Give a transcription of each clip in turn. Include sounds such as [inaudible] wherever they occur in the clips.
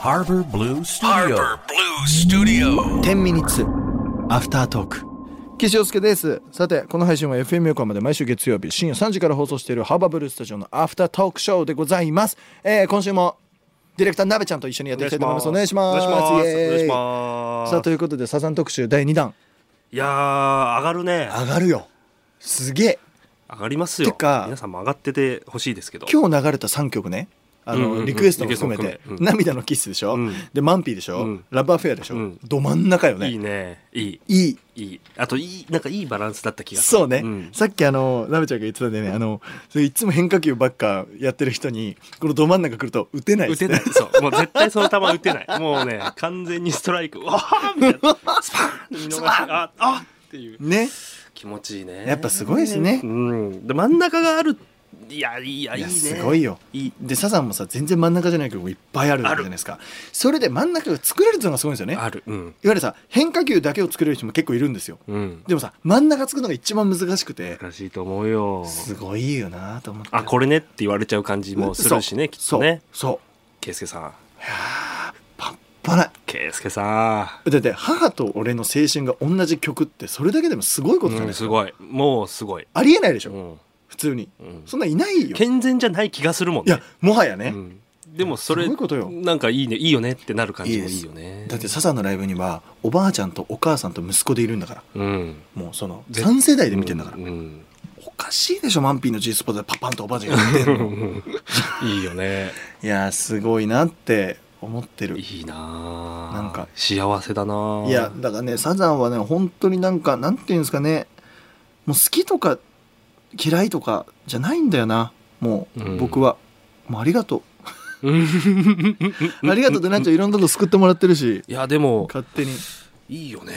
Harbor Blue Studio 10ミニッツアフタートーク岸洋介ですさてこの配信は FM 横浜で毎週月曜日深夜3時から放送しているハーバーブルースタジオのアフタートークショーでございます、えー、今週もディレクターなべちゃんと一緒にやっていきたいと思いますお願いしますお願いしますイエーイお願いしますさあということでサザン特集第2弾いやー上がるね上がるよすげえ上がりますよてか皆さんも上がっててほしいですけど今日流れた3曲ねあの、うんうんうんリクエストも含めリクエて「ストも含めうん涙のキス」でしょ、うんで「マンピー」でしょ、うんラブアフェア」でしょ、うんど真ん中よねいいねいいいいいいあといいなんかいいバランスだった気がするそうね、んさっきあのなべちゃんが言ってたんでねあのそれいつも変化球ばっかやってる人にこのど真ん中来ると打てないっ打すてねないそうもう絶対その球打てないもうね完全にストライクわあみたいなスパーン見逃しああってい [laughs] うね気持ちいいねやっぱすごいですねうんで真ん中があるいやいやいいいやねすごいよいいでサザンもさ全然真ん中じゃない曲もいっぱいあるわけじゃないですかそれで真ん中が作れるっていうのがすごいんですよねいわあるうんゆるさ変化球だけを作れる人も結構いるんですようんでもさ真ん中作るのが一番難しくて難しいと思うよすごいよなと思ってあこれねって言われちゃう感じもするしねきっとねそうそう圭介さん半端ない圭介さだって母と俺の青春が同じ曲ってそれだけでもすごいん、ことじゃないですすか、ごいもうすごい、ありえないでしうょ、ん普通にうん、そんないないよ。健全じゃない気がするもんいやね、もはやね、うん、でもそれすごいことよなんかいいねいいよねってなる感じもいいよねだってサザンのライブにはおばあちゃんとお母さんと息子でいるんだからうんもうそのぜ3世代で見てんだから、うんうんおかしいでしょマンピーの G スポットでパパンとおばあちゃんがやってんのいいよね [laughs] いやーすごいなって思ってるいいなあなんか幸せだないいやだからねサザンはね本当になんかなんていうんですかねもう好きとか嫌いとかじゃないんだよなもう、うん僕はもうありがとう [laughs] ありがとうってなっちゃういろんなこと救ってもらってるしいやでも勝手にいいよね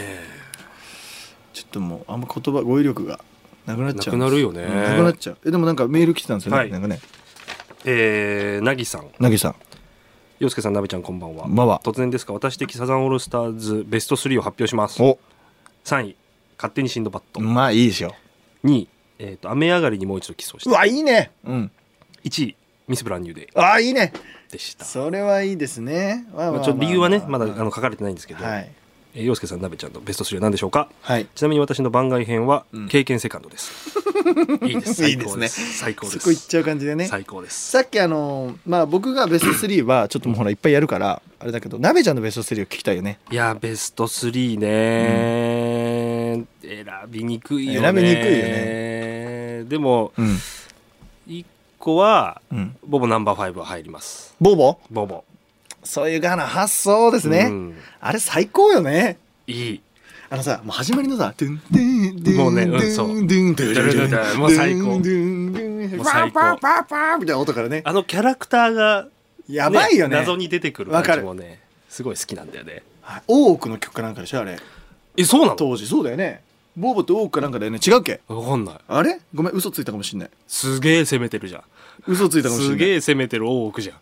ちょっともうあんま言葉語彙力がなくなっちゃうなくなるよねうんなくなっちゃうえでもなんかメール来てたんですよね、はいなんかねえー、なぎさんなぎさん洋介さんなべちゃんこんばんは、まあは突然ですが私的サザンオールスターズベスト3を発表しますお3位勝手にシンドバッド、まあいいでしょ2位、えー、と雨上がりにもう一度キスをしうたわいいねうん1位ミス・ブランニューデあいいねイでした、それはいいですねわあわまあ、あちょっと理由はねまだあわあの書かれてないんですけど、はいえー、陽介さんなべちゃんのベスト3は何でしょうかはいちなみに私の番外編はうん経験セカン [laughs] ドです、いいですいい最で高すでねす最高でそすこいっちゃう感じでね最高ですさっきあのーまあ僕がベスト3はちょっともうほらいっぱいやるからあれだけどなべちゃんのベスト3を聞きたいよねいやベスト3ね、選びにくいよね選びにくいよねでもうん1個はうんボボナンバー5は入りますボボボボそういうガーナ発想ですね、うんあれ最高よねいいあのさ、もう始まりのさ、ドゥンドゥンドゥンもうねうんそうドゥンドゥンドゥンドゥンドゥンもう最高ドゥンドゥンドゥンもう最高パーパーパーパーみたいな音からね。あのキャラクターがやばいよね。謎に出てくる感じもねすごい好きなんだよねはい大奥の曲かなんかでしょ、あれ。えそうなの当時、そうだよね。ボーボと大奥かなんかだよね。違うっけわかんないあれごめん、嘘ついたかもしんない。すげえ攻めてるじゃん嘘ついたかもしんすない。げえ攻めてる大奥じゃん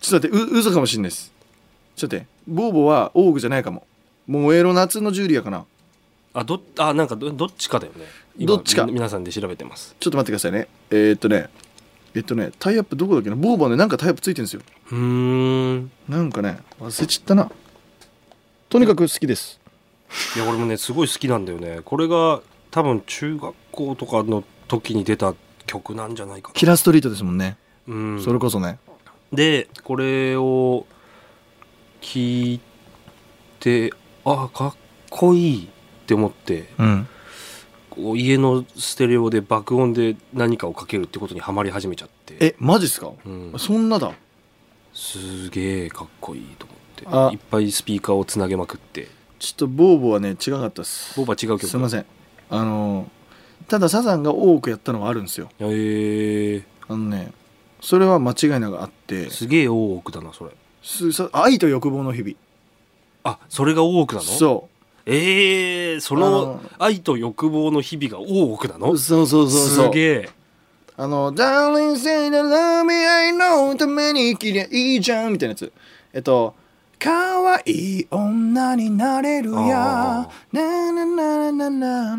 ちょっと待って、う嘘かもしんないです。ちょっと待って、ボーボは大奥じゃないかも。燃えろ夏のジュリアかな。あどあなんかどどっちかだよね今どっちかみ皆さんで調べてますちょっと待ってくださいね。えーっとね、えっとね、タイアップどこだっけなボーボはね、なんかタイアップついてるんですよ。うーんなんかね忘れちったなとにかく好きですいや俺もねすごい好きなんだよねこれが多分中学校とかの時に出た曲なんじゃないかキラストリートですもんね、なうんそれこそねでこれを聞いてあかっこいいって思ってうんこう家のステレオで爆音で何かをかけるってことにはまり始めちゃってえマジっすか、うん、そんなだすげえかっこいいと思あっていっぱいスピーカーをつなげまくってちょっとボーボはね違かったっすボーバー違う曲すいまんせんあのーただサザンが多くやったのはあるんですよえー、あのねそれは間違いなくあってすげえ大奥だなそれすさ愛と欲望の日々あそれが大奥なのそえー、その愛と欲望の日々が大奥なのうそうそうそうそうすげえあの「Darling say that love me I know ために生きりゃいいじゃん」みたいなやつえっと「可愛い女になれるやあ」 「なななななな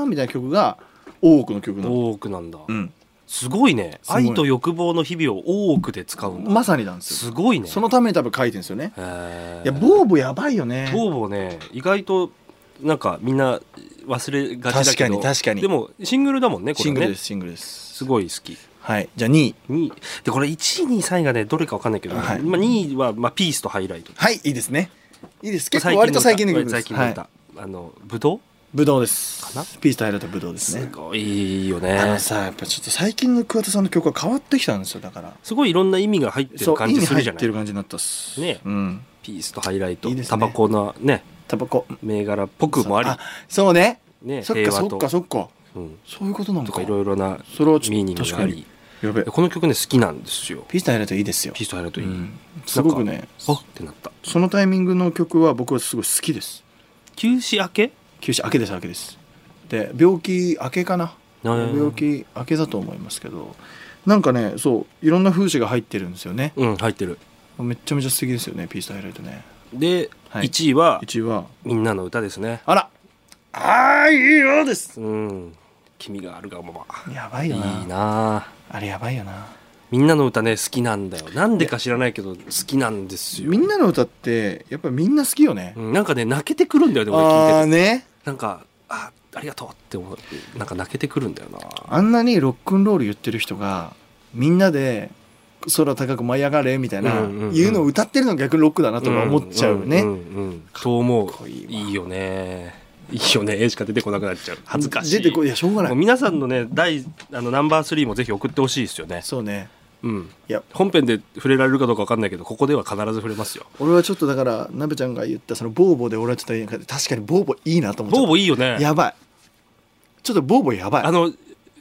な」みたいな曲が多くの曲なの大奥なんだ、うんすごいねすごい愛と欲望の日々を大奥で使うんだ、まさになんですよすごいねそのために多分書いてるんですよねへーいやボーボやばいよねボーボね意外となんかみんな忘れがちだ確かけどに確かにでもシングルだもんねこシれングルねですシングルですすごい好きはいじゃあ2位にでこれ1位2位3位がねどれかわかんないけど、はいまあ、2位は、まあ、ピースとハイライトはいいいですねいいです結ま構あ割と最近の曲です最近の歌、はいあのブドウブドウですかなピースと入れたブドウですすねごいよあねのさやっぱちょっと最近の桑田さんの曲は変わってきたんですよだからすごいいろんな意味が入ってそるう感意じ味す入るじゃっなている感じになったっすねうんピースとハイライトいいですねタバコのねタバコ銘柄っぽくもありそうねねそっ平か和そっかと、そっかうん、そういうことなのとかかいろいろなそれはちミーょニっングと確があかりにやべえこの曲ね好きなんですよピースと入れたいいですよピースとハイライトいい、うんすごくねあってなったそのタイミングの曲は僕はすごい好きです休止明け九死明けです明けですで病気明けかな病病気明けだと思いますけどなんかねそういろんな風刺が入ってるんですよねうん入ってるめっちゃめちゃ素敵ですよねピースとハイライトねで、はい1位は1位はみんなの歌ですねあらああいいよですうん君があるがままやばいいいよななああれやばいよなみんなの歌ね好きなんだよなんでか知らないけど好きなんですよみんなの歌ってやっぱみんな好きよね、うんなんかね泣けてくるんだよね俺あ聞いあててねなんかあありがとうって思うなんか泣けてくるんだよなあんなにロックンロール言ってる人がみんなで空高く舞い上がれみたいな、うんうんうんいうのを歌ってるのが逆にロックだなとか思っちゃうよね、んんうんと思うかっこいいわいいよねいいよね絵しか出てこなくなっちゃう恥ずかしい出てこいやしょうがなもうい皆さんのね第あのナンバー3もぜひ送ってほしいですよね、そうねうん、いや本編で触れられるかどうか分かんないけどここでは必ず触れますよ俺はちょっとだからなべちゃんが言ったそのボーボーで俺はちょっといいな確かにボーボーいいなと思っちゃボっーたボいいよねやばいちょっとボーボーやばいあの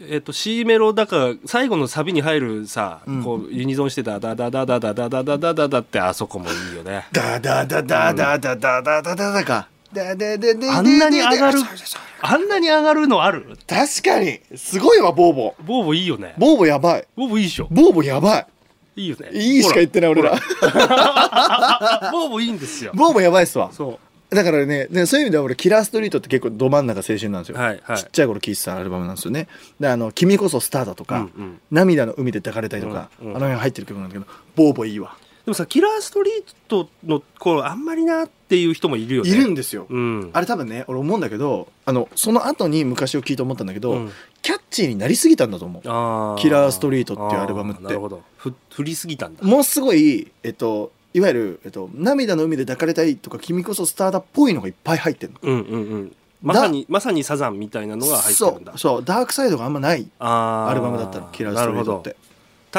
えっと C メロだから最後のサビに入るさ、うんこうユニゾンしてた「ダダダダダダダダダダダ」ってあそこもいいよねダダダダダダダダダダダかダダダダダあんなに上がるあそうそうそうあんなに上がるのある確かにすごいわボーボーボーボいいよねボーボーやばいボーボいいでしょボーボーやばいいいよねいいしか言ってない俺らあボーボいいんですよボーボーやばいっすわそだからねねそういう意味では俺キラーストリートって結構ど真ん中青春なんですうよ、はいはいちっちゃい頃聴いてたアルバムなんですよねであの「君こそスターだ」とか、うんうん涙の海で抱かれたりとか、うんうんあの辺入ってる曲なんだけどボーボーいいわでもさキラーストリートの頃あんまりなっていう人もいるよねいるんですよ、うんあれ多分ね俺思うんだけどあのその後に昔を聞いて思ったんだけど、うんキャッチーになりすぎたんだと思うあキラーストリートっていうアルバムってあーなるほどふ振りすぎたんだもうすごいえっといわゆる、えっと「涙の海で抱かれたい」とか「君こそスターだ」っぽいのがいっぱい入ってるのうんうんうんまさにまさにサザンみたいなのが入ってるんだそうそうダークサイドがあんまないあーアルバムだったのキラーストリートっなるてほど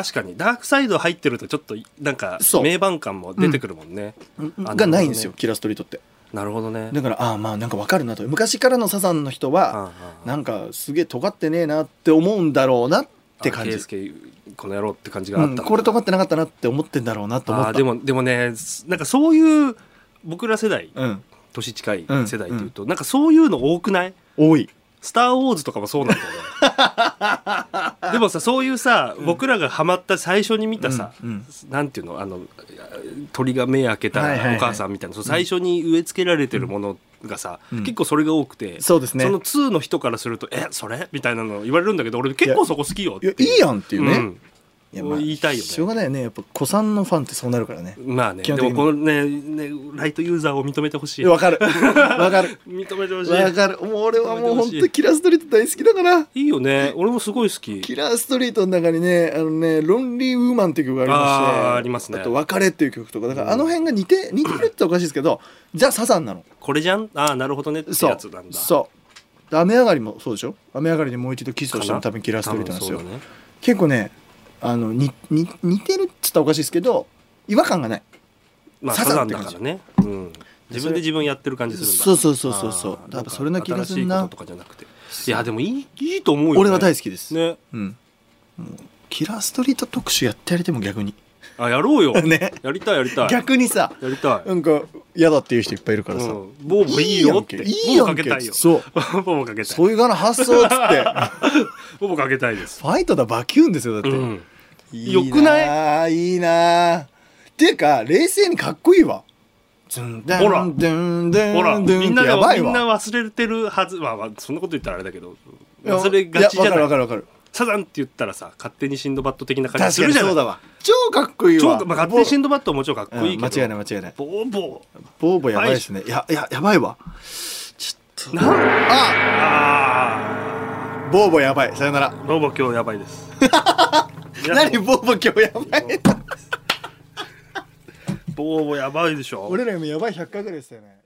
確かにダークサイド入ってるとちょっとなんかそう名盤感も出てくるもんね、うんあがないんですよ、なるほどねキラーストリートってなるほどねだからああまあなんかわかるなと昔からのサザンの人はああなんかすげえ尖ってねえなって思うんだろうなっあて感あじ圭、介この野郎って感じがあうったんん、だ、これ尖ってなかったなって思ってんだろうなと思ったあーでもでもねなんかそういう僕ら世代うん、年近い世代っていうと、なんかそういうの多くない多いスター・ウォーズとかもそうなんだよ [laughs] ね。でもさ、そういうさ、僕らがハマった最初に見たさ、うんうんなんていうの、あの、鳥が目開けたおはいはいはい母さんみたいな、その最初に植え付けられてるものがさ、うん結構それが多くて、そうですねその2の人からすると、え、それみたいなの言われるんだけど、俺結構そこ好きよっいてやいいやんっていうね、うんやまあ言いたいよねしょうがないよねやっぱ子さんのファンってそうなるからねまあね、基で本的もにこのね、ね、ライトユーザーを認めてほしい。わか [laughs] るわかる認めてほしわい。かるもう俺はもう本やめてほし当いキラーストリート大好きだからいいよね、俺もすごい好き。キラーストリートの中にね「あのねロンリーウーマン」っていう曲がありましてあーありますねあと「別れ」っていう曲とかだからあの辺が似て似てるっておかしいですけどじゃあサザンなのこれじゃんああ、なるほどねってそやうつなんだ。そうで雨上がりもそうでしょ雨上がりでもう一度キスをしてもかな多分キラーストリートなんですよ、多分そうだね結構ねあのにに似てるっつったらおかしいですけど違和感がないまあ、ササザンザンってだ感じからね、うん、自分で自分やってる感じするんだそうそうそうそうそうあーやっぱそれな気がするなんか新しいこととかじゃなくていやでもいいいいと思うよ、ね、俺は大好好きです、きねうんもうキラーストリート特集やってやりても逆にあやろう [laughs] よ、ねやりたいやりたいや逆にさりたい、なんか嫌だっていう人いっぱいいるかうらさ、ん、ボーボーいいよっていいやんけボーボーかけたいよそう [laughs] ボーボーかけたいそういうがな発想っつって [laughs] ボーボーかけたいですファイトだバキューンですよだって、うんいいよくないいいなっていうか冷静にかっこいいわほほらほらみんなやがばいみんなわ忘れてるはずまあまあそんなこと言ったらあれだけどいや忘れがちじゃやなわいかるわかるわかるサザンって言ったらさ勝手にシンドバッド的な確か感にじするじゃなそいうだわ超かっこいい超わまあ、勝手にシンドバッドはもちろんかっこいいけど、うん間違いない間違いないボーボボーボやばいですねいやいややばいわーなんああボーボやばいさよならーボーボー今日やばいです [laughs] 何ボーボ今日やばいボーボーやばいでしょ俺ら今やばい100回ぐらいでしたよね